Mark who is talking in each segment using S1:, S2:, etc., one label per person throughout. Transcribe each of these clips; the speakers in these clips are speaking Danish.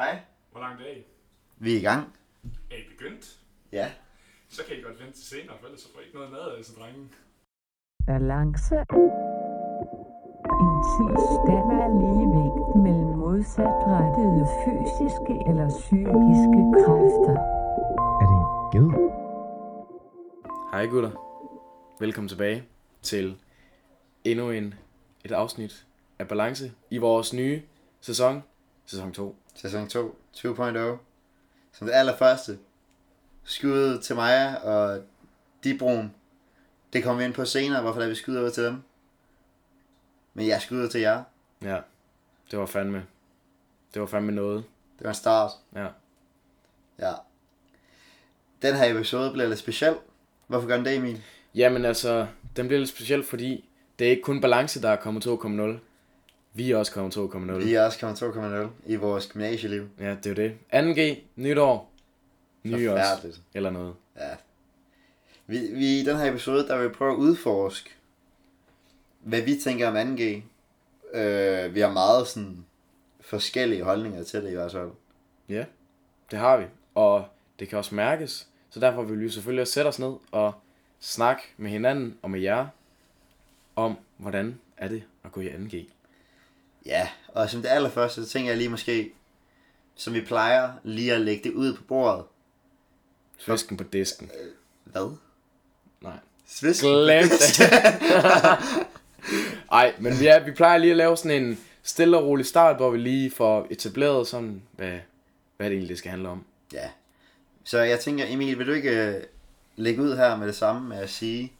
S1: Hej.
S2: Hvor langt er I?
S1: Vi er i gang.
S2: Er I begyndt?
S1: Ja.
S2: Så kan I godt vente til senere, for ellers så får I ikke noget mad af disse drenge.
S3: Balance. En tilstand af ligevægt mellem modsatrettede fysiske eller psykiske kræfter.
S4: Er det en ged?
S5: Hej gutter. Velkommen tilbage til endnu en, et afsnit af Balance i vores nye sæson, sæson 2.
S1: Sæson 2, 2.0. oh. Som det allerførste. Skud til Maja og Dibroen. Det kommer vi ind på senere, hvorfor der vi skyder over til dem. Men jeg skyder til jer.
S5: Ja, det var fandme, det var fandme noget.
S1: Det var en start.
S5: Ja.
S1: Ja. Den her episode bliver lidt speciel. Hvorfor gør den det, Emil?
S5: Jamen altså, den bliver lidt speciel, fordi det er ikke kun Balance, der er kommet 2.0. Vi er også kommet 2.0.
S1: Vi er også kommet 2.0 i vores gymnasieliv.
S5: Ja, det er jo det. 2G, nyt år, nye os,
S1: Forfærdeligt.
S5: eller noget.
S1: Ja. Vi, vi, i den her episode, der vil vi prøve at udforske, hvad vi tænker om 2G. Øh, vi har meget sådan forskellige holdninger til det i hvert fald.
S5: Ja, det har vi. Og det kan også mærkes. Så derfor vil vi jo selvfølgelig også sætte os ned og snakke med hinanden og med jer om, hvordan er det at gå i 2G.
S1: Ja, og som det allerførste, så tænker jeg lige måske, som vi plejer, lige at lægge det ud på bordet.
S5: Fisken på disken.
S1: Hvad?
S5: Nej.
S1: Svisk?
S5: Glem det. Ej, men vi, er, vi plejer lige at lave sådan en stille og rolig start, hvor vi lige får etableret sådan, hvad, hvad det egentlig det skal handle om.
S1: Ja. Så jeg tænker, Emil, vil du ikke øh, lægge ud her med det samme med at sige,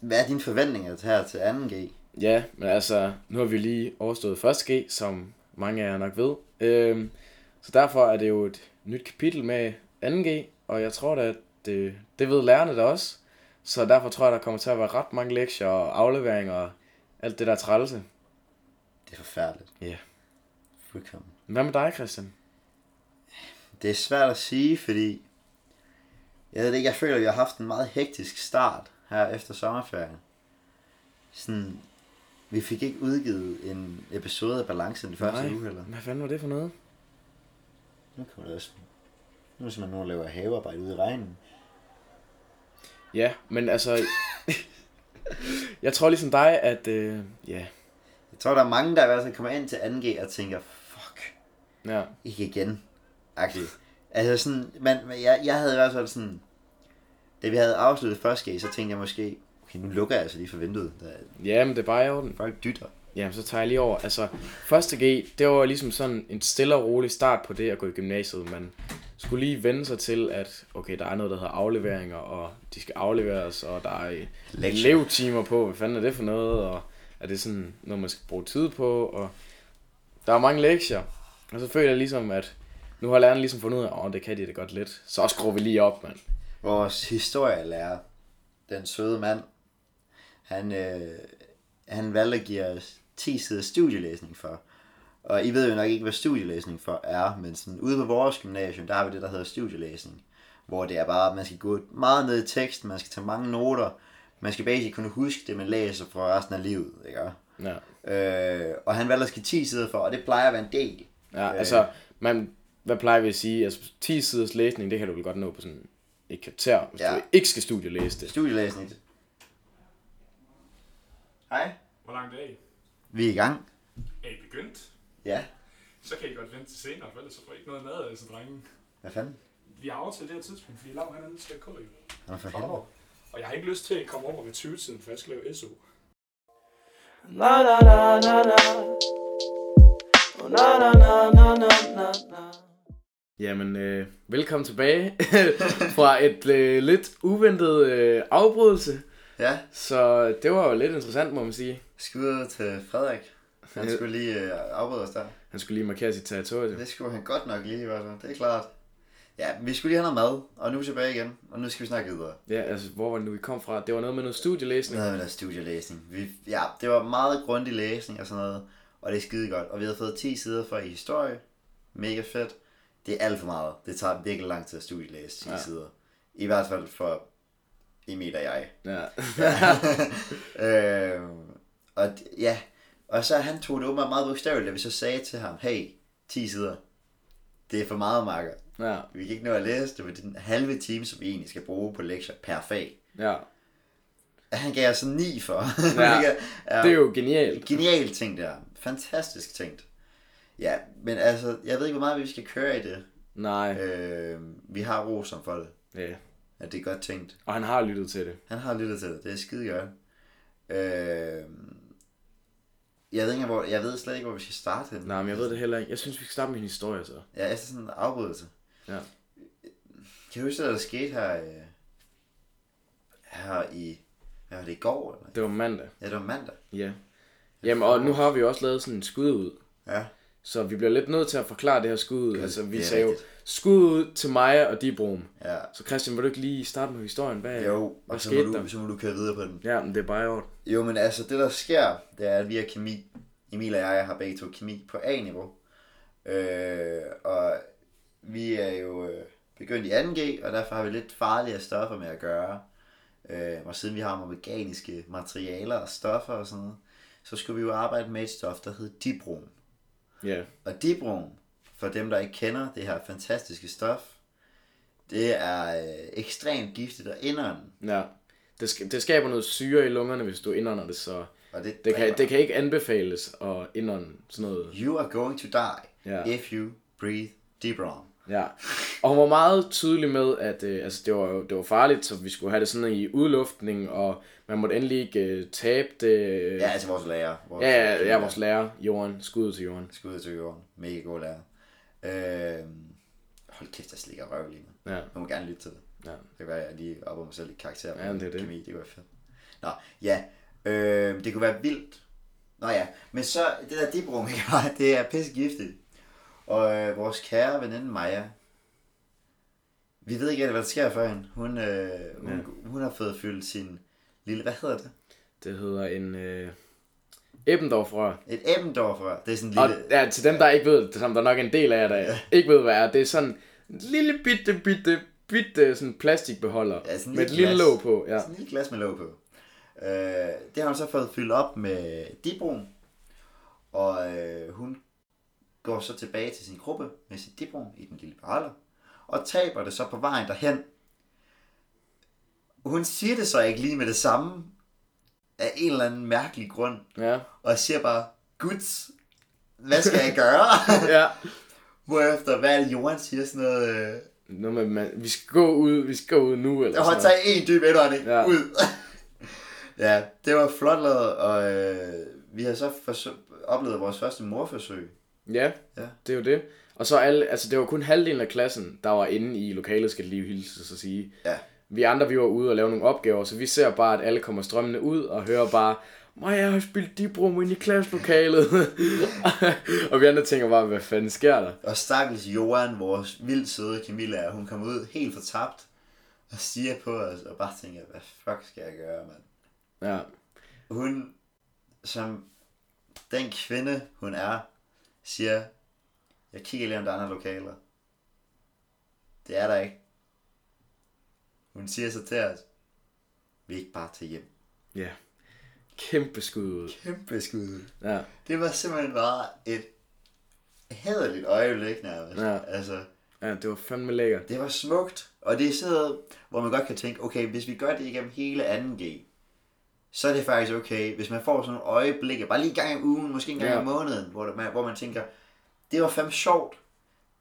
S1: hvad er dine forventninger til her til 2G?
S5: Ja, men altså, nu har vi lige overstået 1.G, som mange af jer nok ved. Øhm, så derfor er det jo et nyt kapitel med 2G, og jeg tror da, at det, det ved lærerne da også. Så derfor tror jeg, der kommer til at være ret mange lektier og afleveringer og alt det der trælse.
S1: Det er forfærdeligt.
S5: Ja.
S1: Fuldkommen.
S5: Men Hvad med dig, Christian?
S1: Det er svært at sige, fordi jeg ved det ikke, jeg føler, at jeg har haft en meget hektisk start her efter sommerferien. Sådan, vi fik ikke udgivet en episode af Balancen den første uge heller.
S5: hvad fanden var det for noget?
S1: Nu kommer det også. Nu er man nu laver havearbejde ude i regnen.
S5: Ja, men altså... jeg tror ligesom dig, at... Øh, ja,
S1: Jeg tror, der er mange, der i hvert fald kommer ind til 2G og tænker, fuck,
S5: ja,
S1: ikke igen. Agtigt. Altså sådan, men, men jeg, jeg havde i hvert fald sådan, da vi havde afsluttet første G, så tænkte jeg måske, okay, nu lukker jeg altså lige for vinduet. Der,
S5: ja, men det er bare i orden.
S1: folk dytter.
S5: Jamen, så tager jeg lige over. Altså, første G, det var ligesom sådan en stille og rolig start på det at gå i gymnasiet. Man skulle lige vende sig til, at okay, der er noget, der hedder afleveringer, og de skal afleveres, og der er øh,
S1: Lektier.
S5: elevtimer på, hvad fanden er det for noget, og er det sådan noget, man skal bruge tid på, og der er mange lektier. Og så føler jeg ligesom, at nu har lærerne ligesom fundet ud af, åh, oh, det kan de da godt lidt. Så skruer vi lige op, mand.
S1: Vores historielærer, den søde mand, han, øh, han valgte at give os 10 sider studielæsning for. Og I ved jo nok ikke, hvad studielæsning for er, men sådan, ude på vores gymnasium, der har vi det, der hedder studielæsning. Hvor det er bare, at man skal gå meget ned i teksten, man skal tage mange noter, man skal basic kunne huske det, man læser for resten af livet, ikke?
S5: Ja.
S1: Øh, og han valgte at give 10 sider for, og det plejer at være en del.
S5: Ja, altså, man, hvad plejer vi at sige? Altså, 10 siders læsning, det kan du vel godt nå på sådan et kvarter, hvis
S1: Ja.
S5: ja. du ikke skal studielæse det.
S1: Studielæsning. Hej.
S2: Hvor langt er I?
S1: Vi er i gang.
S2: Er I begyndt?
S1: Ja.
S2: Så kan I godt vente til senere, for ellers så får I ikke noget mad af disse drenge.
S1: Hvad fanden?
S2: Vi har aftalt det her tidspunkt, fordi Lav han er nødt til at komme
S1: Han er for helvede.
S2: Og jeg har ikke lyst til at komme over ved 20-tiden, for jeg skal lave SO.
S6: Na na na na na. Oh, Na na na na na na na.
S5: Jamen, øh, velkommen tilbage fra et øh, lidt uventet øh, afbrydelse.
S1: Ja,
S5: Så det var jo lidt interessant, må man sige.
S1: skud til Frederik. Han
S5: Ja.
S1: skulle lige øh, afbryde os der.
S5: Han skulle lige markere sit territorium.
S1: Det skulle han godt nok lige, i hvert fald. Det er klart. Ja, vi skulle lige have noget mad, og nu er vi tilbage igen, og nu skal vi snakke videre.
S5: Ja, altså, hvor var det nu, vi kom fra? Det var noget med noget
S1: Nu
S5: studielæsning.
S1: havde vi noget studielæsning. Vi, ja, det var meget grundig læsning og sådan noget, og det er skide godt. Og vi havde fået 10 sider for i historie. Mega fedt. Det er alt for meget. Det tager virkelig lang tid at studielæse 10 ja.
S5: Ja.
S1: sider. I hvert fald for Emil og jeg.
S5: Ja.
S1: øh, og d- ja, og så han tog det åbenbart meget bogstaveligt, da vi så sagde til ham, hey, 10 sider. Det er for meget, Marker.
S5: Ja,
S1: Vi kan ikke nå at læse det, men det er den halve time, som vi egentlig skal bruge på lektier per fag.
S5: ja.
S1: Han gav os en 9 for.
S5: Ja,
S1: Hvilket
S5: Det er jo genialt.
S1: Genial ting der. Fantastisk tænkt. Ja, men altså, jeg ved ikke, hvor meget vi skal køre i det.
S5: Nej.
S1: Øh, vi har rosen for det.
S5: Ja.
S1: At det er godt tænkt.
S5: Og han har lyttet til det.
S1: Han har lyttet til det. Det er skide godt. Øh, jeg, ved ikke, hvor, jeg ved slet ikke, hvor vi skal starte henne.
S5: Nej, men jeg ved det heller ikke. Jeg synes, vi skal starte med en historie så.
S1: Ja, efter sådan en afbrydelse.
S5: Ja.
S1: Kan du huske, hvad der skete her, øh, her i... Hvad var det i går? Eller?
S5: Det var mandag.
S1: Ja, det var mandag.
S5: Ja. Jamen, og nu har vi jo også lavet sådan en skud ud.
S1: Ja.
S5: Så vi bliver lidt nødt til at forklare det her skud ud. Altså, vi
S1: det er
S5: sagde jo,
S1: rigtigt.
S5: skud ud til Maja og Dibrom.
S1: Ja.
S5: Så Christian, vil du ikke lige starte med historien? Hvad,
S1: Jo,
S5: Øh, hvad
S1: og så må,
S5: skete
S1: du,
S5: der?
S1: så må du køre videre på den.
S5: Ja, men det er bare i orden.
S1: Jo, men altså, det der sker, det er, at vi har kemi. Emil og jeg har begge to kemi på A-niveau. Øh, og vi er jo øh, begyndt i 2G, og derfor har vi lidt farligere stoffer med at gøre. Øh, og siden vi har med organiske materialer og stoffer og sådan noget, så skulle vi jo arbejde med et stof, der hed dibrom.
S5: Ja.
S1: Og dibrom, for dem der ikke kender det her fantastiske stof, det er øh, ekstremt giftigt og indånden.
S5: Ja. Det, sk- det skaber noget syre i lungerne, hvis du indånder det, så
S1: Og det,
S5: det
S1: dræber.
S5: kan, det kan ikke anbefales at indånde sådan noget.
S1: You are going to die
S5: Ja.
S1: if you breathe deep wrong.
S5: Ja. Og hun var meget tydelig med, at øh, altså, det, var, jo- det var farligt, så vi skulle have det sådan i udluftning, og man måtte endelig ikke øh, tabe det.
S1: Ja, altså vores lærer. Vores
S5: ja, ja, ja, vores lærer, Jorden, skud til Jorden.
S1: Skud til jorden. Mega god lærer. Øhm, hold kæft, jeg slikker røv lige nu.
S5: Ja.
S1: Man må gerne lytte til det.
S5: Ja.
S1: Det kan være, at jeg lige opper mig selv i karakter.
S5: Ja, det er det.
S1: Kemi, det kunne være fedt. Nå, ja. Øhm, det kunne være vildt. Nå ja, men så det der dibrum, ikke bare, det er pissegiftigt. Og øh, vores kære veninde Maja, vi ved ikke, hvad der sker for hende. Hun, øh, hun, ja. hun har fået fyldt sin lille, hvad hedder det?
S5: Det hedder en øh, Ebbendorf-rør.
S1: Et æbendorfer. Det er sådan en
S5: Og
S1: lille...
S5: ja, til dem, der ikke ved det, som der er nok en del af jer, der ikke ved, hvad er, det er sådan en lille bitte, bitte, bitte sådan plastikbeholder
S1: Ja, sådan
S5: med et
S1: lidt
S5: lille
S1: glas.
S5: låg på. Ja.
S1: Ja. Sådan et lille glas med låg på. Øh, det har hun så fået fyldt op med dibrum. Og øh, hun går så tilbage til sin gruppe med sit dibrum i den lille parler. Og taber det så på vejen derhen. Hun siger det så ikke lige med det samme. Af en eller anden mærkelig grund.
S5: ja.
S1: Og siger bare, guds, hvad skal jeg gøre?
S5: ja.
S1: Hvorefter, hvad er det, Johan siger sådan noget... Øh,
S5: Nå, men man, vi skal gå ud, vi skal gå ud nu, eller
S1: Jeg har
S5: sådan noget.
S1: taget en dyb indånding
S5: Ja.
S1: ja. ud. ja, det var flot lavet, og øh, vi har så forsø- oplevet vores første morforsøg.
S5: Ja,
S1: Ja.
S5: det er jo det. Og så alle, altså det var kun halvdelen af klassen, der var inde i lokalet, skal det lige hilse at sige.
S1: Ja.
S5: Vi andre, vi var ude og lave nogle opgaver, så vi ser bare, at alle kommer strømmende ud og hører bare, Maja, jeg har spillet dibrum ind i klasselokalet. og vi andre tænker bare, hvad fanden sker der?
S1: Og stakkels Johan, vores vildt søde Camilla, hun kom ud helt fortabt og siger på os, og bare tænker, hvad fuck skal jeg gøre, mand?
S5: Ja,
S1: Hun, som den kvinde, hun er, siger, jeg kigger lige, om der er andre lokaler. Det er der ikke. Hun siger så til os, vi er ikke bare til hjem.
S5: ja. Kæmpe skud ud.
S1: Kæmpe skud.
S5: Ja,
S1: Det var simpelthen bare et hæderligt øjeblik nærmest.
S5: Ja.
S1: Altså,
S5: ja det var fandme lækkert.
S1: det var smukt, og det er sådan noget, hvor man godt kan tænke, okay, hvis vi gør det igennem hele 2G, så er det faktisk okay, hvis man får sådan nogle øjeblikke, bare lige en gang om ugen, måske en gang
S5: Ja.
S1: ja. om måneden, hvor, det, man, hvor man tænker, det var fandme sjovt,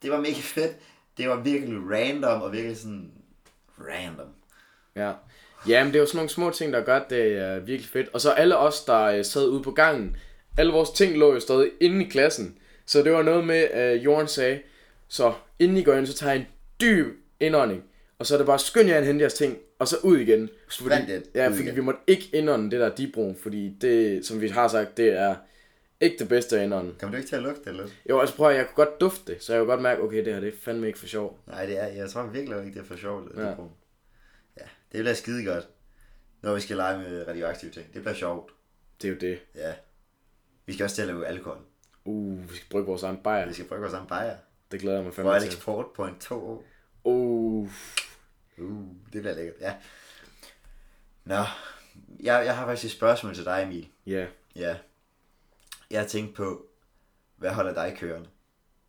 S1: det var mega fedt, det var virkelig random, og virkelig sådan random.
S5: Ja. Ja, men det er jo sådan nogle små ting, der gør, at det er virkelig fedt. Og så alle os, der øh, sad ude på gangen, alle vores ting lå jo stadig inde i klassen. Så det var noget med, at øh, Jorden sagde, så inden I går ind, så tager I en dyb indånding. Og så er det bare, skynd jer at hente jeres ting, og så ud igen. Fordi,
S1: Vandt det,
S5: ja,
S1: ud
S5: fordi
S1: igen.
S5: vi måtte ikke indånde det der dibron, fordi det, som vi har sagt, det er ikke det bedste at indånde.
S1: Kommer du ikke til at lugte det lidt?
S5: Jo, altså prøv at høre, jeg kunne godt dufte det, så jeg kunne godt mærke, okay, det her det er fandme ikke for sjov.
S1: Nej, det er, jeg tror virkelig ikke, det er for sjovt.
S5: Ja.
S1: Ja. ja, det bliver skide godt, når vi skal lege med radioaktive ting. Det bliver sjovt.
S5: Det er jo det.
S1: Ja. Vi skal også til at lave alkohol.
S5: Uh, vi skal brygge vores egen bajer.
S1: Vi skal prøve vores egen bajer.
S5: Det glæder jeg mig
S1: Hvor er
S5: fandme
S1: det
S5: til.
S1: eksport på en to år?
S5: Uh,
S1: Uh, det bliver lækkert, ja. Nå, jeg, jeg har faktisk et spørgsmål til dig, Emil.
S5: ja. Yeah.
S1: Ja. Jeg tænkte på, hvad holder dig kørende?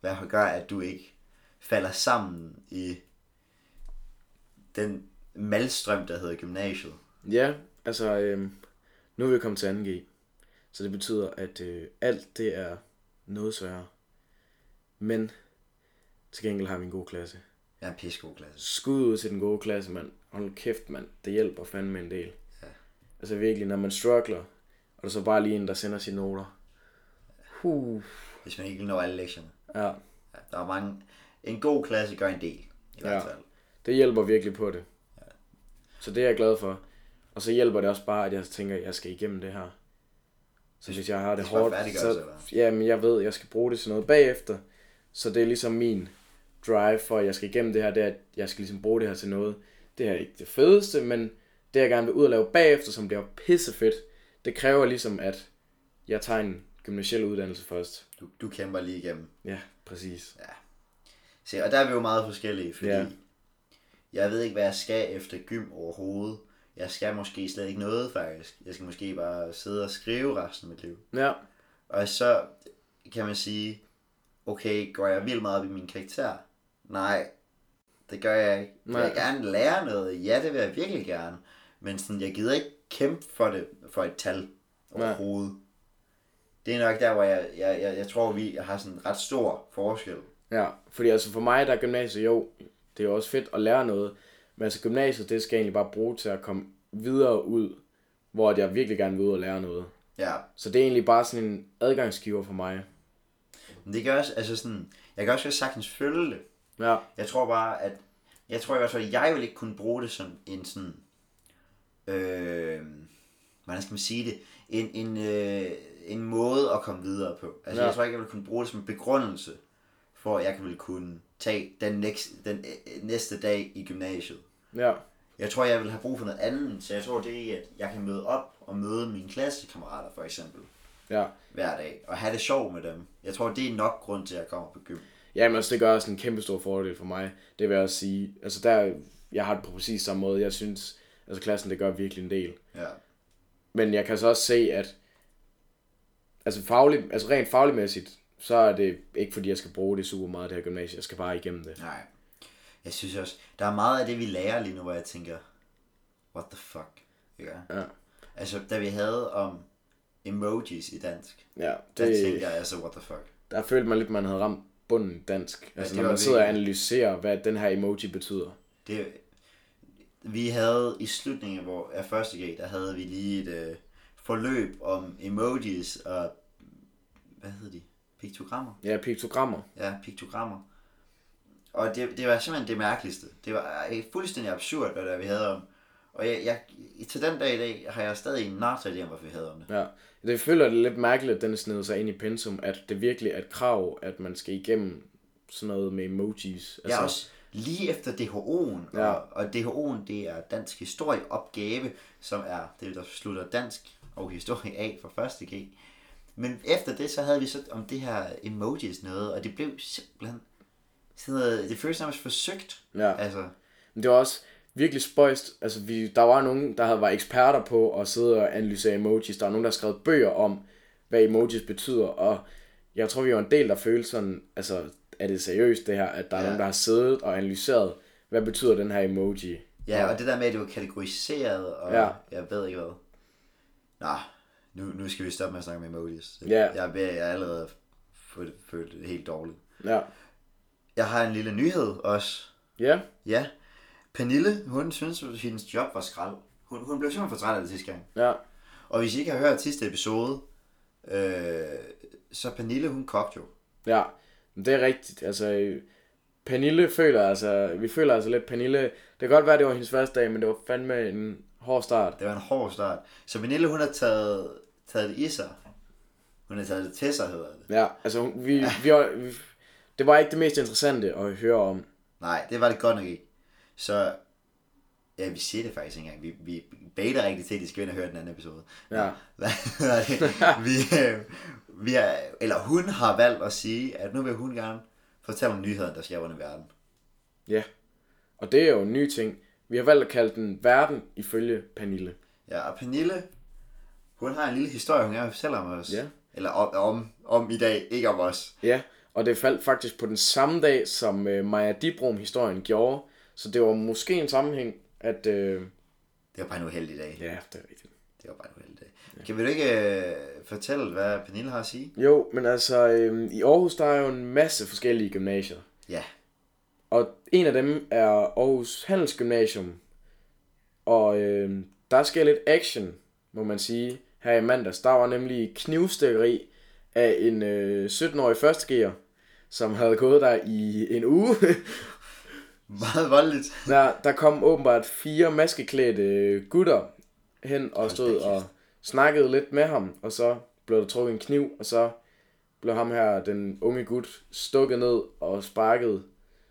S1: Hvad gør, at du ikke falder sammen i den malstrøm, der hedder gymnasiet.
S5: Ja, altså, øhm, nu er vi kommet til 2G. Så det betyder, at øh, alt det er noget sværere. Men til gengæld har vi en god klasse.
S1: Jeg er en pissegod klasse.
S5: Skud ud til den gode klasse, mand. Hold kæft, mand. Det hjælper fandme en del. Ja. Altså virkelig, når man struggler, og der er så bare lige en, der sender sine noter. Huh.
S1: Hvis man ikke når alle lektierne.
S5: Ja,
S1: Ja, der er mange... En god klasse gør en del, i hvert
S5: Ja.
S1: fald.
S5: det hjælper virkelig på det. Ja. Så det er jeg glad for. Og så hjælper det også bare, at jeg tænker, at jeg skal igennem det her. Så hvis jeg har det
S1: det skal bare
S5: hårdt,
S1: færdiggøres,
S5: så,
S1: eller
S5: jamen, jeg ved, at jeg skal bruge det til noget bagefter. Så det er ligesom min drive for, at jeg skal igennem det her, det er, at jeg skal ligesom bruge det her til noget. Det her er ikke det fedeste, men det jeg gerne vil ud og lave bagefter, som bliver pissefedt, det kræver ligesom, at jeg tager en gymnasiel uddannelse først.
S1: Du, du kæmper lige igennem.
S5: Ja, præcis.
S1: Se, og der er vi jo meget forskellige, fordi
S5: Ja.
S1: ja. jeg ved ikke, hvad jeg skal efter gym overhovedet. Jeg skal måske slet ikke noget, faktisk. Jeg skal måske bare sidde og skrive resten af mit liv.
S5: Ja,
S1: Og så kan man sige, okay, går jeg vildt meget op i min karakter? Nej, det gør jeg ikke. Vil
S5: Nej.
S1: jeg gerne lære noget? Ja, det vil jeg virkelig gerne. Men sådan, jeg gider ikke kæmpe for, det, for et tal overhovedet. Nej. Det er nok der, hvor jeg, jeg, jeg, jeg tror, vi har sådan en ret stor forskel.
S5: Ja, fordi altså for mig, der er gymnasiet jo, det er jo også fedt at lære noget, men altså gymnasiet, det skal jeg egentlig bare bruge til at komme videre ud, hvor at jeg virkelig gerne vil ud og lære noget.
S1: Ja,
S5: Så det er egentlig bare sådan en adgangsgiver for mig.
S1: men det kan også, altså sådan, jeg kan også godt sagtens følge det.
S5: Ja,
S1: Jeg tror bare, at jeg tror i hvert fald, at jeg vil ikke kunne bruge det som en sådan, øh, hvordan skal man sige det, en, en, øh, en måde at komme videre på. Altså
S5: Ja.
S1: ja. jeg tror ikke, jeg vil kunne bruge det som en begrundelse, for at jeg vil kunne tage den, næste, den øh, næste dag i gymnasiet.
S5: ja,
S1: Jeg tror, jeg vil have brug for noget andet, så jeg tror, det er, at jeg kan møde op og møde mine klassekammerater for eksempel
S5: ja.
S1: hver dag, og have det sjov med dem. Jeg tror, det er nok grund til, at jeg kommer på gym.
S5: Jamen altså, det gør også en kæmpe stor fordel for mig. Det vil jeg også sige. Altså der, jeg har det på præcis samme måde. Jeg synes, altså klassen, det gør virkelig en del.
S1: Ja.
S5: Men jeg kan så også se, at altså, faglig, altså rent fagligmæssigt, så er det ikke fordi, jeg skal bruge det super meget, det her gymnasie. Jeg skal bare igennem det.
S1: Nej. Jeg synes også, der er meget af det, vi lærer lige nu, hvor jeg tænker, what the fuck? Ikke?
S5: Ja.
S1: Altså, da vi havde om emojis i dansk,
S5: Ja,
S1: der
S5: det,
S1: tænkte jeg altså, what the fuck?
S5: der følte man lidt, man havde ramt bunden dansk. Altså,
S1: det
S5: når
S1: var
S5: man sidder og
S1: virkelig.
S5: analyserer, hvad den her emoji betyder.
S1: Det, vi havde i slutningen af vor- af første G, der havde vi lige et øh, forløb om emojis og, hvad hed de? Piktogrammer?
S5: Ja, piktogrammer.
S1: Ja, piktogrammer. Og det, det var simpelthen det mærkeligste. Det var øh, fuldstændig absurd, hvad der vi havde om. Og jeg, jeg, til den dag i dag har jeg stadig en narta idé om, hvorfor vi havde om det.
S5: Ja. Det føler det er lidt mærkeligt, at den sned sig ind i pensum, at det virkelig er et krav, at man skal igennem sådan noget med emojis.
S1: Altså, ja, også lige efter DHO'en,
S5: Ja.
S1: ja. og, og DHO'en det er Dansk Historieopgave, som er det, der slutter dansk og historie af for første G. Men efter det, så havde vi så om det her emojis noget, og det blev simpelthen sådan noget, det føles nærmest forsøgt.
S5: Ja.
S1: Altså,
S5: Men det var også virkelig spøjst. Altså, vi, der var nogen, der havde, var eksperter på at sidde og analysere emojis. Der var nogen, der skrev bøger om, hvad emojis betyder. Og jeg tror, vi var en del, der følte sådan, altså, er det seriøst det her, at der er
S1: Ja.
S5: nogen, der har siddet og analyseret, hvad betyder den her emoji?
S1: ja, og det der med, at det var kategoriseret, og
S5: Ja.
S1: ja. jeg ved ikke hvad. Nå, nu, nu skal vi stoppe med at snakke med emojis.
S5: Ja.
S1: Jeg, jeg, jeg er allerede følt, følt det helt dårligt.
S5: Ja.
S1: Jeg har en lille nyhed også.
S5: Ja,
S1: Ja. Pernille, hun synes, at hendes job var skrald. Hun, hun blev simpelthen for træt af det sidste gang.
S5: ja.
S1: Og hvis I ikke har hørt sidste episode, øh, så Pernille, hun kogte jo.
S5: Ja, men det er rigtigt. Altså, øh, Pernille føler altså, vi føler altså lidt Pernille. Det kan godt være, det var hendes første dag, men det var fandme en hård start.
S1: Det var en hård start. Så Pernille, hun har taget, taget det i sig. Hun har taget det til sig, hedder det.
S5: Ja, altså hun- vi, vi, var, vi, det var ikke det mest interessante at høre om.
S1: Nej, det var det godt nok ikke. Så Ja, vi siger det faktisk ikke engang. Vi, vi bader rigtig til, at de skal ind og høre den anden episode.
S5: Ja.
S1: Nå, Hvad hedder det? Vi, øh, vi er, eller hun har valgt at sige, at nu vil hun gerne fortælle om nyheden, der sker rundt i verden.
S5: Ja, og det er jo en ny ting. Vi har valgt at kalde den verden ifølge Pernille.
S1: Ja, og Pernille, hun har en lille historie, hun gerne vil fortælle om os.
S5: Ja.
S1: Eller om, om, om i dag, ikke om os.
S5: Ja, Og det faldt faktisk på den samme dag, som øh, Maja Dibrom-historien gjorde. Så det var måske en sammenhæng, at... Øh,
S1: Det var bare en uheldig dag.
S5: ja, det er rigtigt.
S1: Det var bare en uheldig dag. Kan vi da ikke øh, fortælle, hvad Pernille har at sige?
S5: Jo, men altså, øh, i Aarhus, der er jo en masse forskellige gymnasier.
S1: Ja,
S5: Og en af dem er Aarhus Handelsgymnasium. Og øh, der sker lidt action, må man sige, her i mandags. Der var nemlig knivstikkeri af en øh, 17-årig førstegear, som havde gået der i en uge.
S1: meget voldeligt.
S5: der, der kom åbenbart fire maskeklædte øh, gutter hen og stod
S1: da
S5: og
S1: kæft.
S5: snakkede lidt med ham. Og så blev der trukket en kniv, og så blev ham her, den unge gut, stukket ned og sparket.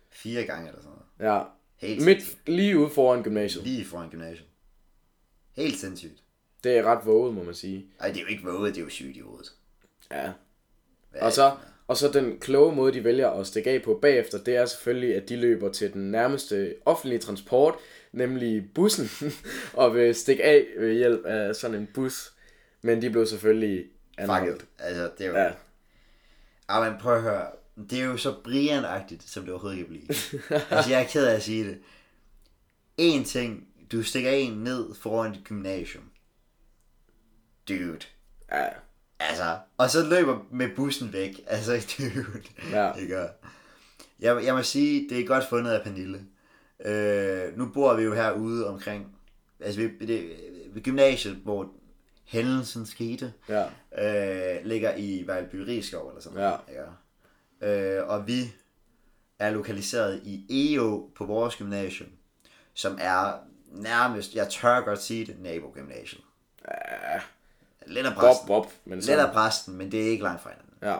S1: Fire gange eller sådan noget.
S5: Ja,
S1: Helt
S5: midt lige ude foran gymnasiet.
S1: Lige foran gymnasiet. Helt sindssygt.
S5: Det er ret våget, må man sige.
S1: Ej, det er jo ikke våget, det er jo sygt i hovedet.
S5: Ja.
S1: Hvad
S5: Og så, og så den kloge måde, de vælger at stikke af på bagefter, det er selvfølgelig, at de løber til den nærmeste offentlige transport, nemlig bussen, og vil stikke af ved hjælp af sådan en bus. Men de blev selvfølgelig anholdt.
S1: Fucket. Altså, det er jo...
S5: Ja.
S1: Ja. Ej, men prøv at høre. Det er jo så brian som det overhovedet kan blive. altså, jeg er ked af at sige det. En ting, du stikker en ned foran et gymnasium. Dude.
S5: ja.
S1: Altså, og så løber med bussen væk. Altså, dude.
S5: Ja.
S1: Det gør. Jeg, jeg må sige, det er godt fundet af Pernille. Øh, nu bor vi jo herude omkring, altså ved, det, ved gymnasiet, hvor hændelsen skete,
S5: Ja.
S1: øh, ligger i Vejlby Rigskov eller sådan noget. Ja. Øh, og vi er lokaliseret i EO på vores gymnasium, som er nærmest, jeg tør godt sige det, nabogymnasiet. Ja. Lidt af
S5: Bob,
S1: præsten.
S5: bob. Men
S1: Lidt af
S5: så,
S1: præsten, men det er ikke langt fra hinanden.
S5: ja.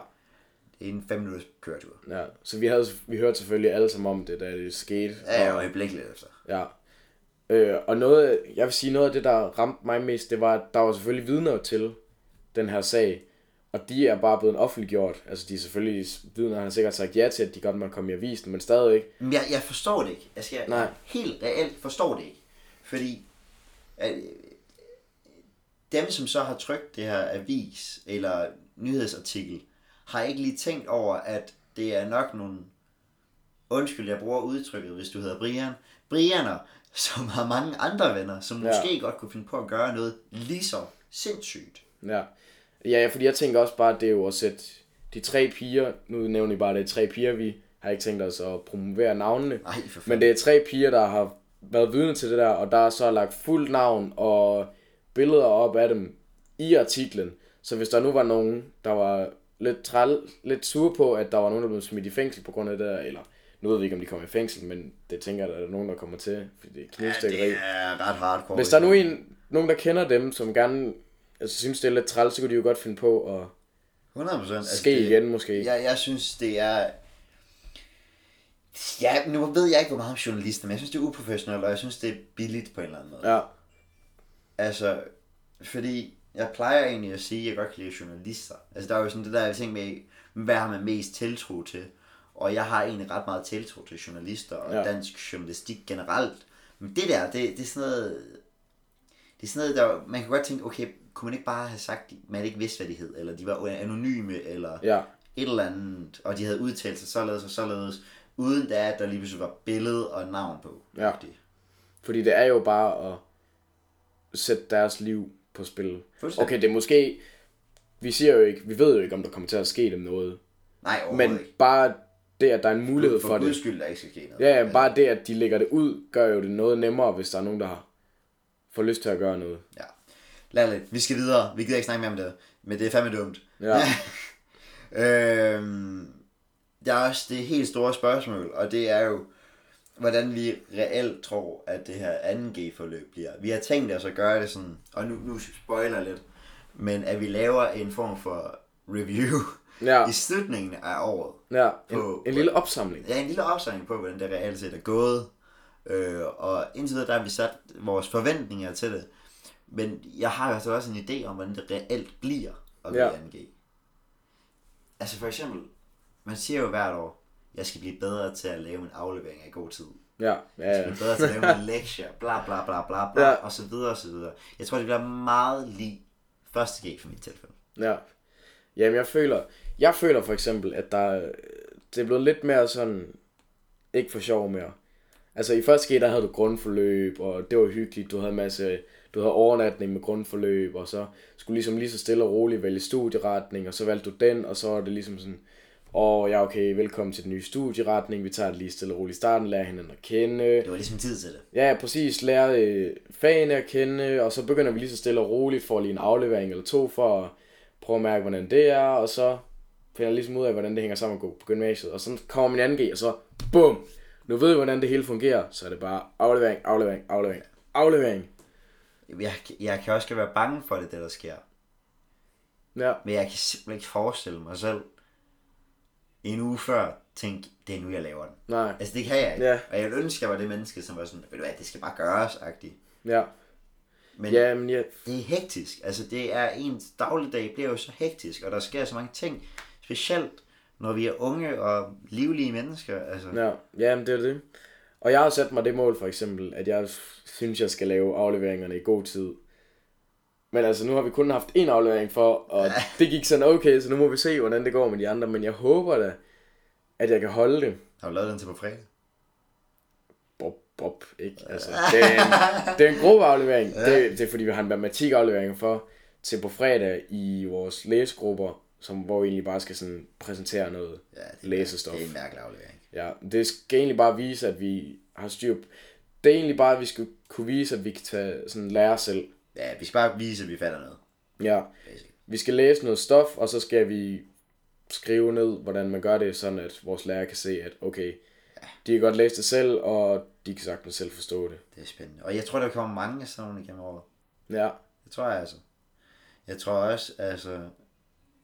S1: Det er en 5 minutters køretur.
S5: ja. Så vi, havde, vi hørte selvfølgelig alle sammen om det, da det skete.
S1: Ja, jeg
S5: og-
S1: var i blik lidt efter.
S5: Ja. Øh, og noget, jeg vil sige, noget af det, der ramte mig mest, det var, at der var selvfølgelig vidner til den her sag, og de er bare blevet offentliggjort. Altså, de er selvfølgelig, vidner har sikkert sagt ja til, at de godt må komme i avisen, men stadigvæk.
S1: Men jeg, jeg forstår det ikke. Altså, jeg
S5: Nej.
S1: Nej. helt reelt forstår det ikke. Fordi at, øh, dem, som så har trykt det her avis eller nyhedsartikel, har ikke lige tænkt over, at det er nok nogle... Undskyld, jeg bruger udtrykket, hvis du hedder Brian. Brianer, som har mange andre venner, som
S5: Ja.
S1: ja. måske godt kunne finde på at gøre noget lige så sindssygt.
S5: Ja. ja, ja, fordi jeg tænker også bare, at det er jo at sætte de tre piger, nu nævner I bare, at det er tre piger, vi har ikke tænkt os at promovere navnene.
S1: Nej, for fanden.
S5: Men det er tre piger, der har været vidne til det der, og der er så lagt fuldt navn og billeder op af dem i artiklen. Så hvis der nu var nogen, der var lidt træl, lidt sure på, at der var nogen, der blev smidt i fængsel på grund af det der, eller nu ved vi ikke, om de kommer i fængsel, men det tænker jeg, at der er nogen, der kommer til, fordi det er knivstikkeri.
S1: det er ret hardcore. altså.
S5: Hvis der nu er en, nogen, der kender dem, som gerne altså, synes, det er lidt træls, så kunne de jo godt finde på at
S1: 100 procent. altså,
S5: ske igen, måske.
S1: Jeg, jeg synes, det er... Ja, nu ved jeg ikke, hvor meget om journalister, men jeg synes, det er uprofessionelt, og jeg synes, det er billigt på en eller anden måde.
S5: Ja,
S1: Altså, fordi jeg plejer egentlig at sige, at jeg godt kan lide journalister. Altså, der er jo sådan det der ting med, hvad har man mest tiltro til? Og jeg har egentlig ret meget tiltro til journalister og
S5: Ja.
S1: ja. dansk journalistik generelt. Men det der, det, det er sådan noget... Det er sådan noget, der, man kan godt tænke, okay, kunne man ikke bare have sagt, at man ikke vidste, hvad de hed, eller de var anonyme, eller
S5: ja,
S1: et eller andet, og de havde udtalt sig således og således, uden da, at der lige pludselig var billede og navn på.
S5: Ja. Fordi det er jo bare at sætte deres liv på spil.
S1: Fuldstændig.
S5: Okay, det er måske... Vi siger jo ikke, vi ved jo ikke, om der kommer til at ske dem noget.
S1: Nej, overhovedet
S5: Men
S1: ikke.
S5: bare det, at der er en mulighed
S1: for
S5: for
S1: guds
S5: det.
S1: skyld, der ikke skal ske noget.
S5: Ja, ja, bare det, at de lægger det ud, gør jo det noget nemmere, hvis der er nogen, der har får lyst til at gøre noget.
S1: ja. Lad lidt. Vi skal videre. Vi gider ikke snakke mere om det. Men det er fandme dumt.
S5: Ja.
S1: øhm, der er også det helt store spørgsmål, og det er jo, hvordan vi reelt tror, at det her 2G-forløb bliver. Vi har tænkt os at gøre det sådan, og nu, nu spoiler jeg lidt, men at vi laver en form for review
S5: Ja.
S1: i slutningen af året.
S5: Ja, en,
S1: På-
S5: en lille opsamling.
S1: Ja, en lille opsamling på, hvordan det reelt set er gået. Øh, og indtil videre, der har vi sat vores forventninger til det. Men jeg har altså også en idé om, hvordan det reelt bliver at blive
S5: Ja.
S1: ja. NG. Altså for eksempel, man siger jo hvert år, jeg skal blive bedre til at lave en aflevering i god tid.
S5: Ja, ja,
S1: Jeg
S5: ja.
S1: skal blive bedre til at lave en lektie, bla bla bla bla bla,
S5: Ja.
S1: ja. og så videre og så videre. Jeg tror, det bliver meget lige første G for mit tilfælde.
S5: ja. Jamen, jeg føler, Jeg føler for eksempel, at der, er- det er blevet lidt mere sådan, ikke for sjov mere. Altså i første G, der havde du grundforløb, og det var hyggeligt. Du havde en masse, du havde overnatning med grundforløb, og så skulle ligesom lige så stille og roligt vælge studieretning, og så valgte du den, og så var det ligesom sådan, åh ja okay, velkommen til den nye studieretning, vi tager det lige stille og roligt i starten, lærer hinanden at kende.
S1: Det var ligesom tid til det.
S5: Ja, præcis. Lære øh, fagene at kende, og så begynder vi lige så stille og roligt, får lige en aflevering eller to for at prøve at mærke, hvordan det er, og så finder jeg ligesom ud af, hvordan det hænger sammen at gå på gymnasiet. Og så kommer min anden G, og så bum! Nu ved vi, hvordan det hele fungerer, så er det bare aflevering, aflevering, aflevering, aflevering.
S1: Jeg, jeg kan også godt være bange for det, det der sker.
S5: Ja,
S1: Men jeg kan simpelthen ikke forestille mig selv en uge før tænke, det er nu, jeg laver den.
S5: nej,
S1: Altså, det kan jeg ikke.
S5: Ja.
S1: Og jeg ville ønske, at jeg var det menneske, som var sådan, ved du hvad, det skal bare gøres, agtigt.
S5: ja.
S1: Men
S5: Ja, men ja,
S1: det er hektisk. Altså, det er ens dagligdag bliver jo så hektisk, og der sker så mange ting. Specielt, når vi er unge og livlige mennesker. Altså, ja.
S5: Ja, ja men det er det. Og jeg har sat mig det mål for eksempel, at jeg synes, jeg skal lave afleveringerne i god tid. Men altså, nu har vi kun haft en aflevering for, og det gik sådan okay, så nu må vi se, hvordan det går med de andre. Men jeg håber da, at jeg kan holde det.
S1: Har du lavet den til på fredag?
S5: Bob, bob, ikke? Altså, det, er en, det er en gruppe aflevering. Det, det er fordi, vi har en matematikaflevering for til på fredag i vores læsegrupper, som, hvor vi egentlig bare skal sådan præsentere noget
S1: Ja, det er,
S5: læsestof.
S1: Det er en mærkelig aflevering.
S5: Ja, det skal egentlig bare vise, at vi har styr på... Det er egentlig bare, at vi skal kunne vise, at vi kan tage, sådan, lære selv.
S1: Ja, vi skal bare vise, at vi fatter noget.
S5: Ja,
S1: Basic.
S5: vi skal læse noget stof, og så skal vi skrive ned, hvordan man gør det, sådan at vores lærer kan se, at okay, de kan godt læse det selv, og de kan sagtens selv forstå det.
S1: Det er spændende. Og jeg tror, der kommer mange af sådan nogle igennem året.
S5: Ja,
S1: Det tror jeg altså. Jeg tror også, altså,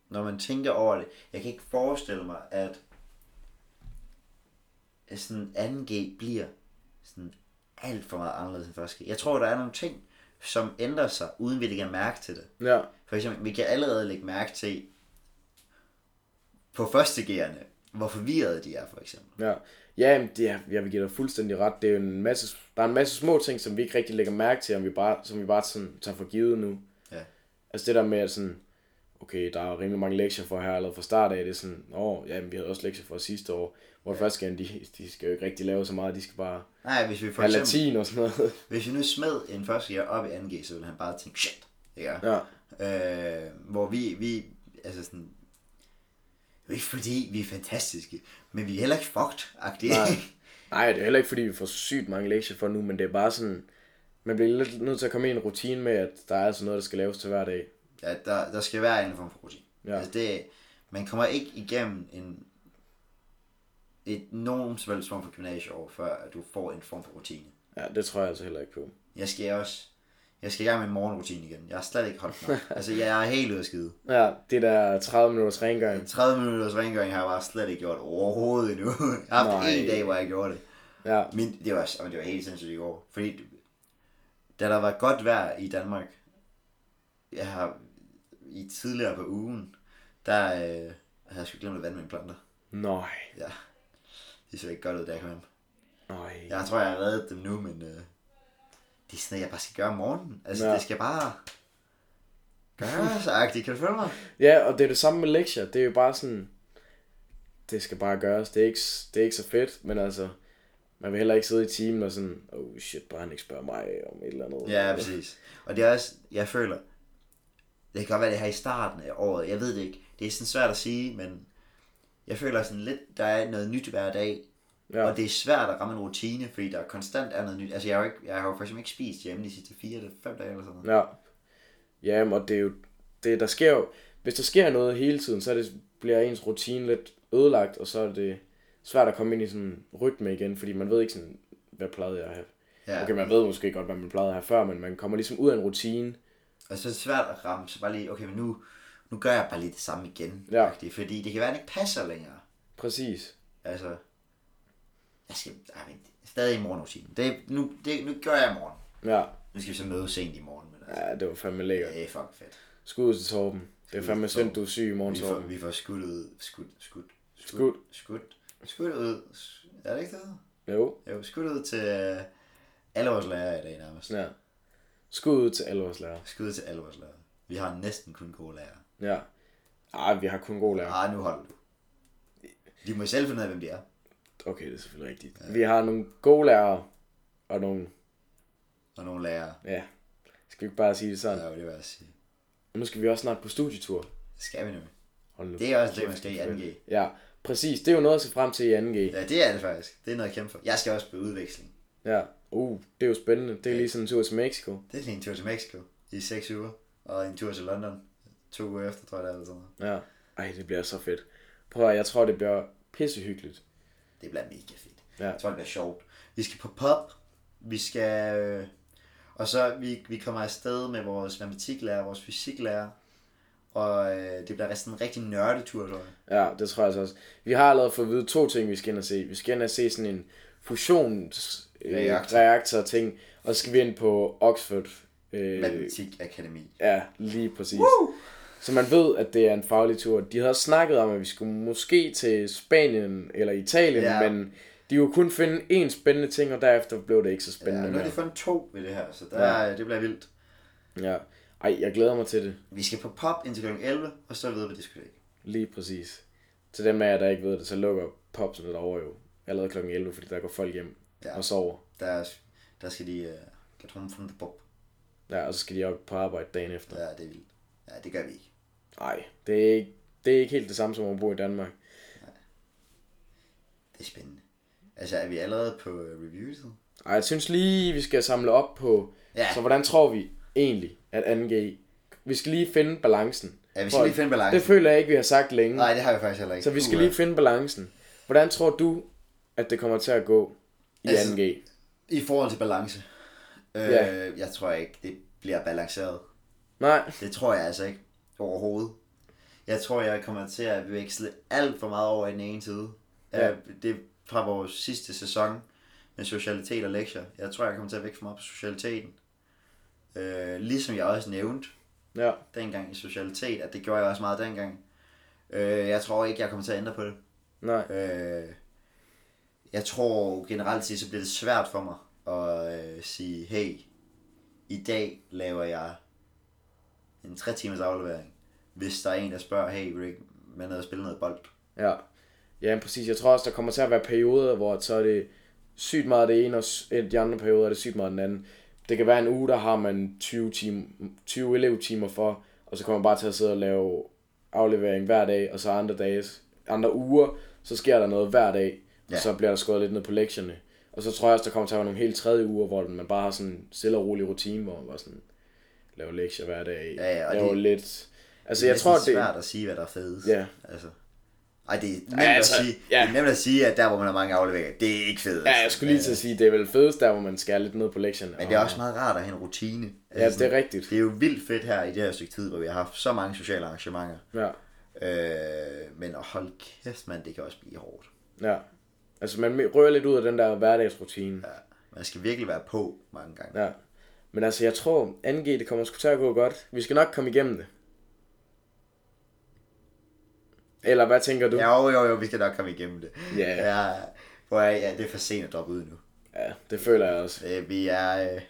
S1: når man tænker over det, jeg kan ikke forestille mig, at sådan 2G bliver sådan alt for meget anderledes end 1G. Jeg tror, der er nogle ting, som ændrer sig, uden vi lægger mærke til det.
S5: ja,
S1: For eksempel, vi kan allerede lægge mærke til på 1.G'erne, hvor forvirrede de er, for eksempel.
S5: ja. Ja, men det er, jeg vil give dig fuldstændig ret. Det er jo en masse, der er en masse små ting, som vi ikke rigtig lægger mærke til, om vi bare, som vi bare sådan, tager for givet nu.
S1: Ja.
S5: Altså det der med, at sådan, okay, der er rimelig mange lektier for her allerede fra start af, det er sådan, åh, ja, vi havde også lektier for sidste år, hvor ja. første gang, de, de skal jo ikke rigtig lave så meget, de skal bare
S1: Nej, hvis vi for
S5: have
S1: eksempel,
S5: latin og sådan noget.
S1: hvis vi nu smed en 1.G'er op i 2G, så ville han bare tænke, shit, ikke?
S5: ja,
S1: Øh, hvor vi, vi, altså sådan, det er jo ikke fordi, vi er fantastiske, men vi er heller ikke fucked-agtige.
S5: nej. Nej, det er heller ikke, fordi vi får sygt mange lektier for nu, men det er bare sådan, man bliver lidt nødt til at komme i en rutine med, at der er altså noget, der skal laves til hver dag.
S1: ja, der, der skal være en form for protein.
S5: Ja.
S1: Altså det, man kommer ikke igennem en, et nogen som helst form for gymnasieår, før at du får en form for rutine.
S5: Ja, det tror jeg altså heller ikke på.
S1: Jeg skal også, jeg skal i gang med en morgenrutine igen. Jeg har slet ikke holdt mig. altså, jeg er helt ude af skide.
S5: Ja, det der 30 minutters rengøring.
S1: 30 minutters rengøring har jeg bare slet ikke gjort overhovedet endnu. Jeg har haft
S5: Nej.
S1: en dag, hvor jeg gjorde det.
S5: Ja,
S1: Men det var, jamen, det var helt sindssygt i går. Fordi da der var godt vejr i Danmark, jeg har i tidligere på ugen, der øh, havde jeg sgu glemt at vande mine planter.
S5: nej,
S1: Ja, de så ikke godt ud, da jeg kom hjem.
S5: nej.
S1: Jeg tror, jeg har reddet dem nu, men øh, det er sådan noget, jeg bare skal gøre om morgenen. Altså,
S5: Ja.
S1: ja. det skal bare gøres, agtigt. Kan du følge mig?
S5: Ja, og det er det samme med lektier. Det er jo bare sådan, det skal bare gøres. Det er ikke, det er ikke så fedt, men altså, man vil heller ikke sidde i timen og sådan, oh shit, bare han ikke spørger mig om et eller andet.
S1: Ja, præcis. Og det er også, jeg føler, det kan godt være, det er her i starten af året, jeg ved det ikke. Det er sådan svært at sige, men jeg føler sådan lidt, der er noget nyt hver dag,
S5: Ja.
S1: ja. og det er svært at ramme en rutine, fordi der konstant er noget nyt. Altså, jeg har jo, ikke, jeg har jo for eksempel ikke spist hjemme de sidste fire eller fem dage eller sådan noget.
S5: Ja. Ja, og det er jo, det, der sker jo, hvis der sker noget hele tiden, så er det, bliver ens rutine lidt ødelagt, og så er det svært at komme ind i sådan en rytme igen, fordi man ved ikke sådan, hvad plejede jeg at have.
S1: Ja.
S5: Okay, man ved måske godt, hvad man plejede at have før, men man kommer ligesom ud af en rutine.
S1: Og så er det svært at ramme, så bare lige, okay, men nu, nu gør jeg bare lige det samme igen.
S5: Ja.
S1: agtigt, Fordi det kan være, at det ikke passer længere.
S5: Præcis.
S1: Altså, jeg skal, ej, men stadig i morgenrutinen. Det, nu, det, nu gør jeg i morgen.
S5: Ja.
S1: Nu skal vi så mødes sent i morgen. Men altså,
S5: Ja, det var fandme lækkert.
S1: det er fucking fedt.
S5: Skud ud til Torben. Det er fandme
S1: til Torben.
S5: synd, du er syg i morgen,
S1: Vi får,
S5: Torben.
S1: vi får skudt ud. Skudt. Skudt.
S5: Skudt.
S1: Skudt. Skudt ud. s- Er det ikke det? det hedder?
S5: Jo,
S1: Jo, skudt ud til øh, alle vores lærere i dag nærmest.
S5: ja. Skud ud til alle vores lærere.
S1: Skudt ud til alle vores lærere. Vi har næsten kun gode lærere.
S5: Ja. Ej, vi har kun gode lærere.
S1: Ah, nu holder du. De må selv finde ud af, hvem de er.
S5: Okay, det er selvfølgelig rigtigt. Vi har nogle gode lærere, og nogle,
S1: Og nogle lærere.
S5: ja, skal vi ikke bare sige det sådan.
S1: Ja, det vil jeg sige.
S5: Og nu skal vi også snart på studietur.
S1: Det skal vi nemlig.
S5: Hold nu.
S1: Det er også det, man skal i 2G.
S5: Ja, præcis. Det er jo noget at se frem til i 2G.
S1: Ja, det er det faktisk. Det er noget at kæmpe for. Jeg skal også på udveksling.
S5: Ja. Uh, det er jo spændende. Det er lige sådan en tur til Mexico.
S1: Det er lige en tur til Mexico i 6 uger. Og en tur til London to uger efter, tror jeg det er. Eller sådan noget.
S5: Ja. Ej, det bliver så fedt. Prøv at høre, jeg tror, det bliver pissehyggeligt.
S1: Det bliver mega fedt.
S5: Ja.
S1: Jeg tror, det bliver sjovt. Vi skal på pop. Vi skal... øh, Og så vi, vi kommer afsted med vores matematiklærer, vores fysiklærer. Og øh, det bliver sådan en rigtig nørdetur, tror jeg.
S5: Ja, det tror jeg altså også. Vi har allerede fået at vide to ting, vi skal ind og se. Vi skal ind og se sådan en
S1: Reaktor.
S5: fusionsreaktor ting, og så skal vi ind på Oxford. Øh,
S1: Matematikakademi.
S5: ja, lige præcis. Woo! Så man ved, at det er en faglig tur. De havde også snakket om, at vi skulle måske til Spanien eller Italien,
S1: Ja.
S5: ja. men de kunne kun finde én spændende ting, og derefter blev det ikke så
S1: Ja,
S5: spændende
S1: nu har de
S5: mere.
S1: fundet to ved det her, så der, ja. det bliver vildt.
S5: Ja. Ej, jeg glæder mig til det.
S1: Vi skal på pop indtil kl. 11, og så videre på diskotek.
S5: Lige præcis. Til dem af jer, der ikke ved det, så lukker popsene derovre jo allerede kl. 11, fordi der går folk hjem
S1: Ja.
S5: ja. og sover.
S1: Der, der skal de uh, get home from the pop.
S5: Ja, og så skal de op på arbejde dagen efter.
S1: Ja, det er vildt. Ja, det gør vi ikke.
S5: Nej, det er ikke, det er ikke helt det samme som at bo i Danmark.
S1: Det er spændende. Altså, er vi allerede på øh, reviewet?
S5: Ej, jeg synes lige, vi skal samle op på,
S1: Ja.
S5: ja. så hvordan tror vi egentlig, at 2G... Vi skal lige finde balancen.
S1: Ja, vi
S5: For
S1: skal lige finde balancen.
S5: Det føler jeg ikke, vi har sagt længe.
S1: Nej, det har vi faktisk heller ikke. øh,
S5: Mm. så vi skal
S1: Puh,
S5: lige finde balancen. Hvordan tror du, at det kommer til at gå i
S1: Altså-
S5: 2G?
S1: I forhold til balance. Øh,
S5: Ja.
S1: Jeg tror ikke, det bliver balanceret.
S5: Nej,
S1: Det tror jeg altså ikke. Overhovedet. Jeg tror, jeg kommer til at veksle alt for meget over i den ene side. Ja.
S5: Ja.
S1: Det er fra vores sidste sæson med socialitet og lektier. Jeg tror, jeg kommer til at væk for meget på socialiteten. Øh, ligesom jeg også nævnte
S5: ja.
S1: dengang i socialitet, at det gjorde jeg også meget dengang. Øh, jeg tror ikke, jeg kommer til at ændre på det.
S5: Nej,
S1: Øh, jeg tror generelt set, så bliver det svært for mig at øh, sige, hey, i dag laver jeg en 3 timers aflevering. Hvis der er en, der spørger, hey, vil du ikke med ned og spille noget bold?
S5: ja. Ja, men præcis. Jeg tror også, der kommer til at være perioder, hvor så er det sygt meget det ene, og s- de andre perioder er det sygt meget den anden. Det kan være en uge, der har man 20, time, 20 elevtimer for, og så kommer man bare til at sidde og lave aflevering hver dag, og så andre, dage, andre uger, så sker der noget hver dag, ja.
S1: Ja.
S5: og så bliver der skåret lidt ned på lektierne. Og så tror jeg også, der kommer til at være nogle helt tredje uger, hvor man bare har sådan en stille og rolig rutine, hvor man bare sådan laver lektier hver dag,
S1: Ja, ja, og
S5: laver
S1: det-
S5: lidt... Altså,
S1: det er
S5: jeg tror,
S1: næsten
S5: det,
S1: svært at sige, hvad der er fedest.
S5: Ja.
S1: Altså. Ej, det er nemt,
S5: Ja,
S1: altså,
S5: altså,
S1: at sige,
S5: ja.
S1: det er nemt at sige, at der, hvor man har mange afleveringer, det er ikke fedest.
S5: Ja, jeg skulle lige til at sige, det er vel fedest der, hvor man skærer lidt ned på lektierne.
S1: Men det er også meget rart at have en rutine.
S5: Ja, det
S1: sådan,
S5: er rigtigt.
S1: Det er jo vildt fedt her i det her stykke tid, hvor vi har haft så mange sociale arrangementer.
S5: Ja,
S1: Øh, men hold kæft, mand, det kan også blive hårdt.
S5: ja. Altså, man rører lidt ud af den der hverdagsrutine.
S1: Ja, man skal virkelig være på mange gange. Ja.
S5: Ja. ja. Men altså, jeg tror, 2G, det kommer sgu til at gå godt. Vi skal nok komme igennem det. Eller hvad tænker du?
S1: Jo, jo, jo, vi skal nok komme igennem det.
S5: Ja.
S1: Ja, for, ja det er for sent at droppe ud nu.
S5: Ja, det føler jeg også.
S1: Øh, Vi er øh,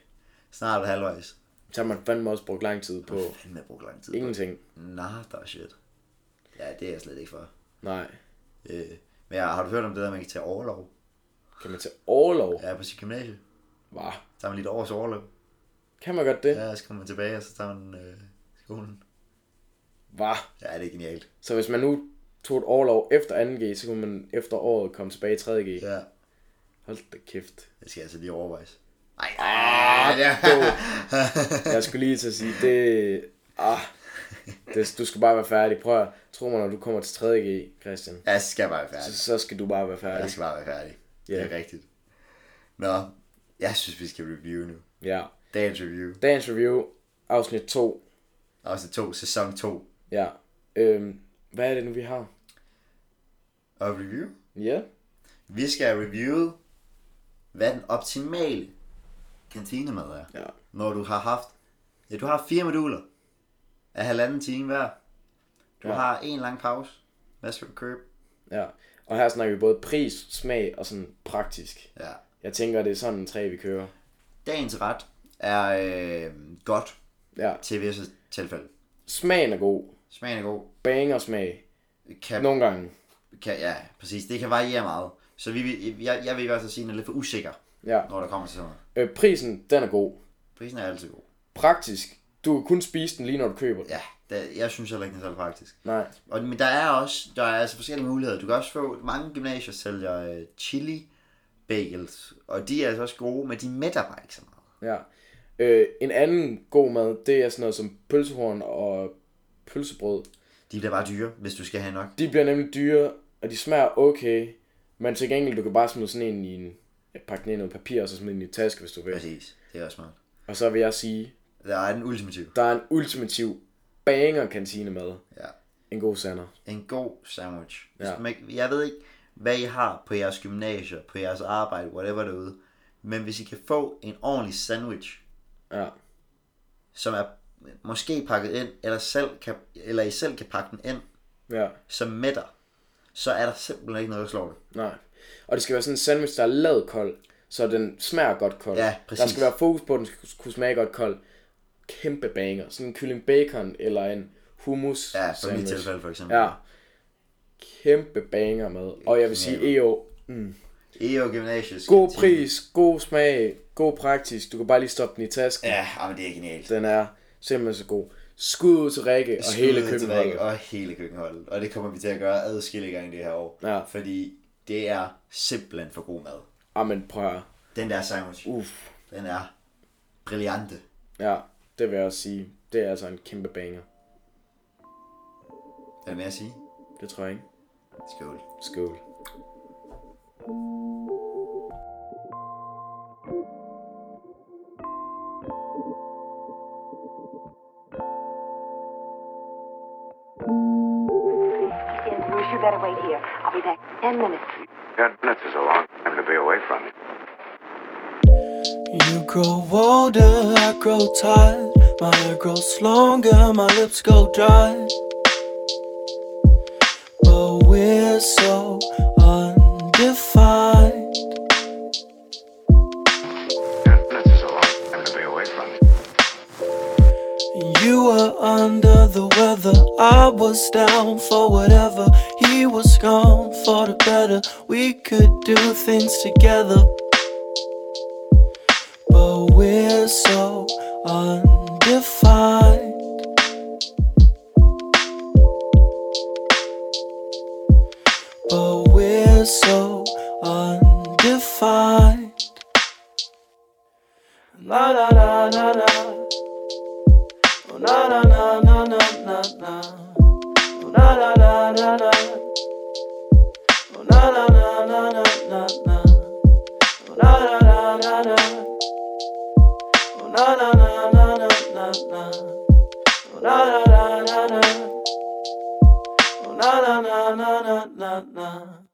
S1: snart halvvejs.
S5: Så har man fandme også brugt lang tid på
S1: Hvad fanden har jeg brugt lang tid på?
S5: ingenting.
S1: Nah, der er shit. Ja, det er jeg slet ikke for.
S5: Nej.
S1: Øh, men ja, har du hørt om det der, man kan tage overlov?
S5: Kan man tage overlov?
S1: Ja, på sit gymnasie.
S5: Hva?
S1: Tager man lige et års overlov.
S5: Kan man godt det?
S1: Ja, så kommer man tilbage, og så tager man øh, skolen.
S5: Hva?
S1: Ja, det er genialt.
S5: Så hvis man nu tog et overlov efter 2G, så kunne man efter året komme tilbage i 3G.
S1: Ja,
S5: Hold da kæft.
S1: det skal jeg altså lige overvejes. Ej,
S5: Ah, Jo. Jeg skulle lige til at sige, det... Ah, det, du skal bare være færdig. Prøv at tro mig, når du kommer til 3.G, Christian,
S1: ja, så skal jeg bare være færdig.
S5: så, så skal du bare være
S1: Jeg
S5: færdig.
S1: skal bare være færdig.
S5: Ja.
S1: Det er rigtigt. Nå, jeg synes, vi skal review nu.
S5: Ja.
S1: Dagens review.
S5: Dagens review, afsnit 2.
S1: Afsnit 2, sæson 2.
S5: Ja. Øhm, hvad er det nu, vi har?
S1: Og review?
S5: Ja.
S1: Vi skal review, hvad den optimale kantinemad er.
S5: Ja.
S1: Når du har haft... Ja, du har fire moduler af halvanden time hver. Du ja.
S5: Ja.
S1: har en lang pause. Hvad skal du købe?
S5: Ja. Og her snakker vi både pris, smag og sådan praktisk.
S1: Ja.
S5: Jeg tænker, det er sådan tre, vi kører.
S1: Dagens ret er øh, godt
S5: Ja.
S1: til visse tilfælde.
S5: Smagen er god.
S1: Smagen er god.
S5: Banger smag.
S1: Kan,
S5: Nogle gange.
S1: kan, ja, præcis. Det kan variere meget. Så vi, vil- jeg, jeg vil i hvert fald sige, at den er lidt for usikker,
S5: Ja.
S1: når der kommer til sådan noget.
S5: Øh, prisen, den er god.
S1: Prisen er altid god.
S5: Praktisk. Du kan kun spise den lige når du køber den.
S1: Ja, det, jeg synes heller ikke, den er så praktisk.
S5: Nej.
S1: Og, men der er også der er altså forskellige muligheder. Du kan også få, mange gymnasier sælger øh, chili bagels, og de er altså også gode, men de mætter bare ikke så meget.
S5: Ja. Øh, en anden god mad, det er sådan noget som pølsehorn og pølsebrød.
S1: De bliver bare dyre, hvis du skal have nok.
S5: De bliver nemlig dyre, og de smager okay. Men til gengæld, du kan bare smide sådan en i en... Ja, pakke den ind i noget papir, og så smide den i en taske, hvis du vil.
S1: Præcis, det er også smart.
S5: Og så vil jeg sige,
S1: Der er den ultimative.
S5: der er en ultimativ banger kantinemad.
S1: Ja.
S5: En god sander.
S1: En god sandwich. Hvis
S5: Ja.
S1: man ikke- Jeg ved ikke, hvad I har på jeres gymnasier, på jeres arbejde, whatever derude. Men hvis I kan få en ordentlig sandwich,
S5: Ja.
S1: som er måske pakket ind, eller, selv kan, eller I selv kan pakke den ind,
S5: Ja.
S1: som mætter, så er der simpelthen ikke noget, der slår det.
S5: Nej. Og det skal være sådan en sandwich, der er lavet kold, så den smager godt kold.
S1: Ja, præcis.
S5: Der skal være fokus på, at den skal kunne smage godt kold. Kæmpe banger. Sådan en kylling bacon eller en hummus
S1: Ja, som i
S5: sandwich.
S1: mit tilfælde for eksempel.
S5: Ja. Kæmpe banger med. Og jeg vil sige, EO, mm.
S1: EO E Gymnasiet.
S5: god pris, god smag, god praktisk. Du kan bare lige stoppe den i tasken.
S1: Ja, ah, men det er genialt.
S5: Den er simpelthen så god. Skud ud til Rikke og
S1: Skud ud
S5: hele
S1: til Rikke
S5: køkkenholdet.
S1: Og hele køkkenholdet. Og det kommer vi til at gøre adskillige gange det her år.
S5: Ja.
S1: Fordi det er simpelthen for god mad.
S5: Amen, Ah, prøv at høre.
S1: Den der sandwich,
S5: Uff.
S1: den er brillante.
S5: Ja, det vil jeg også sige. Det er altså en kæmpe banger.
S1: Er det med at sige?
S5: Det tror jeg ikke.
S1: Skål.
S5: Skål.
S7: Yes, Bruce, you better wait here. I'll be back in ten minutes.
S8: Ten minutes is a long time to be away from you.
S6: You grow older, I grow tired. My hair grows longer, my lips go dry. But we're so undefined.
S8: Ten minutes is a long time to be away from you.
S6: You were under the weather, I was down for whatever. He was gone for the better. We could do things together, but we're so undefined. But we're so undefined. La la la la la. Oh, na na na na na na na. Oh, na na na na na. Oh, na na na na na na na. Oh, na na na na na. Oh, na na na na na na na. Oh, na na na na na. Oh, na na na na na na na.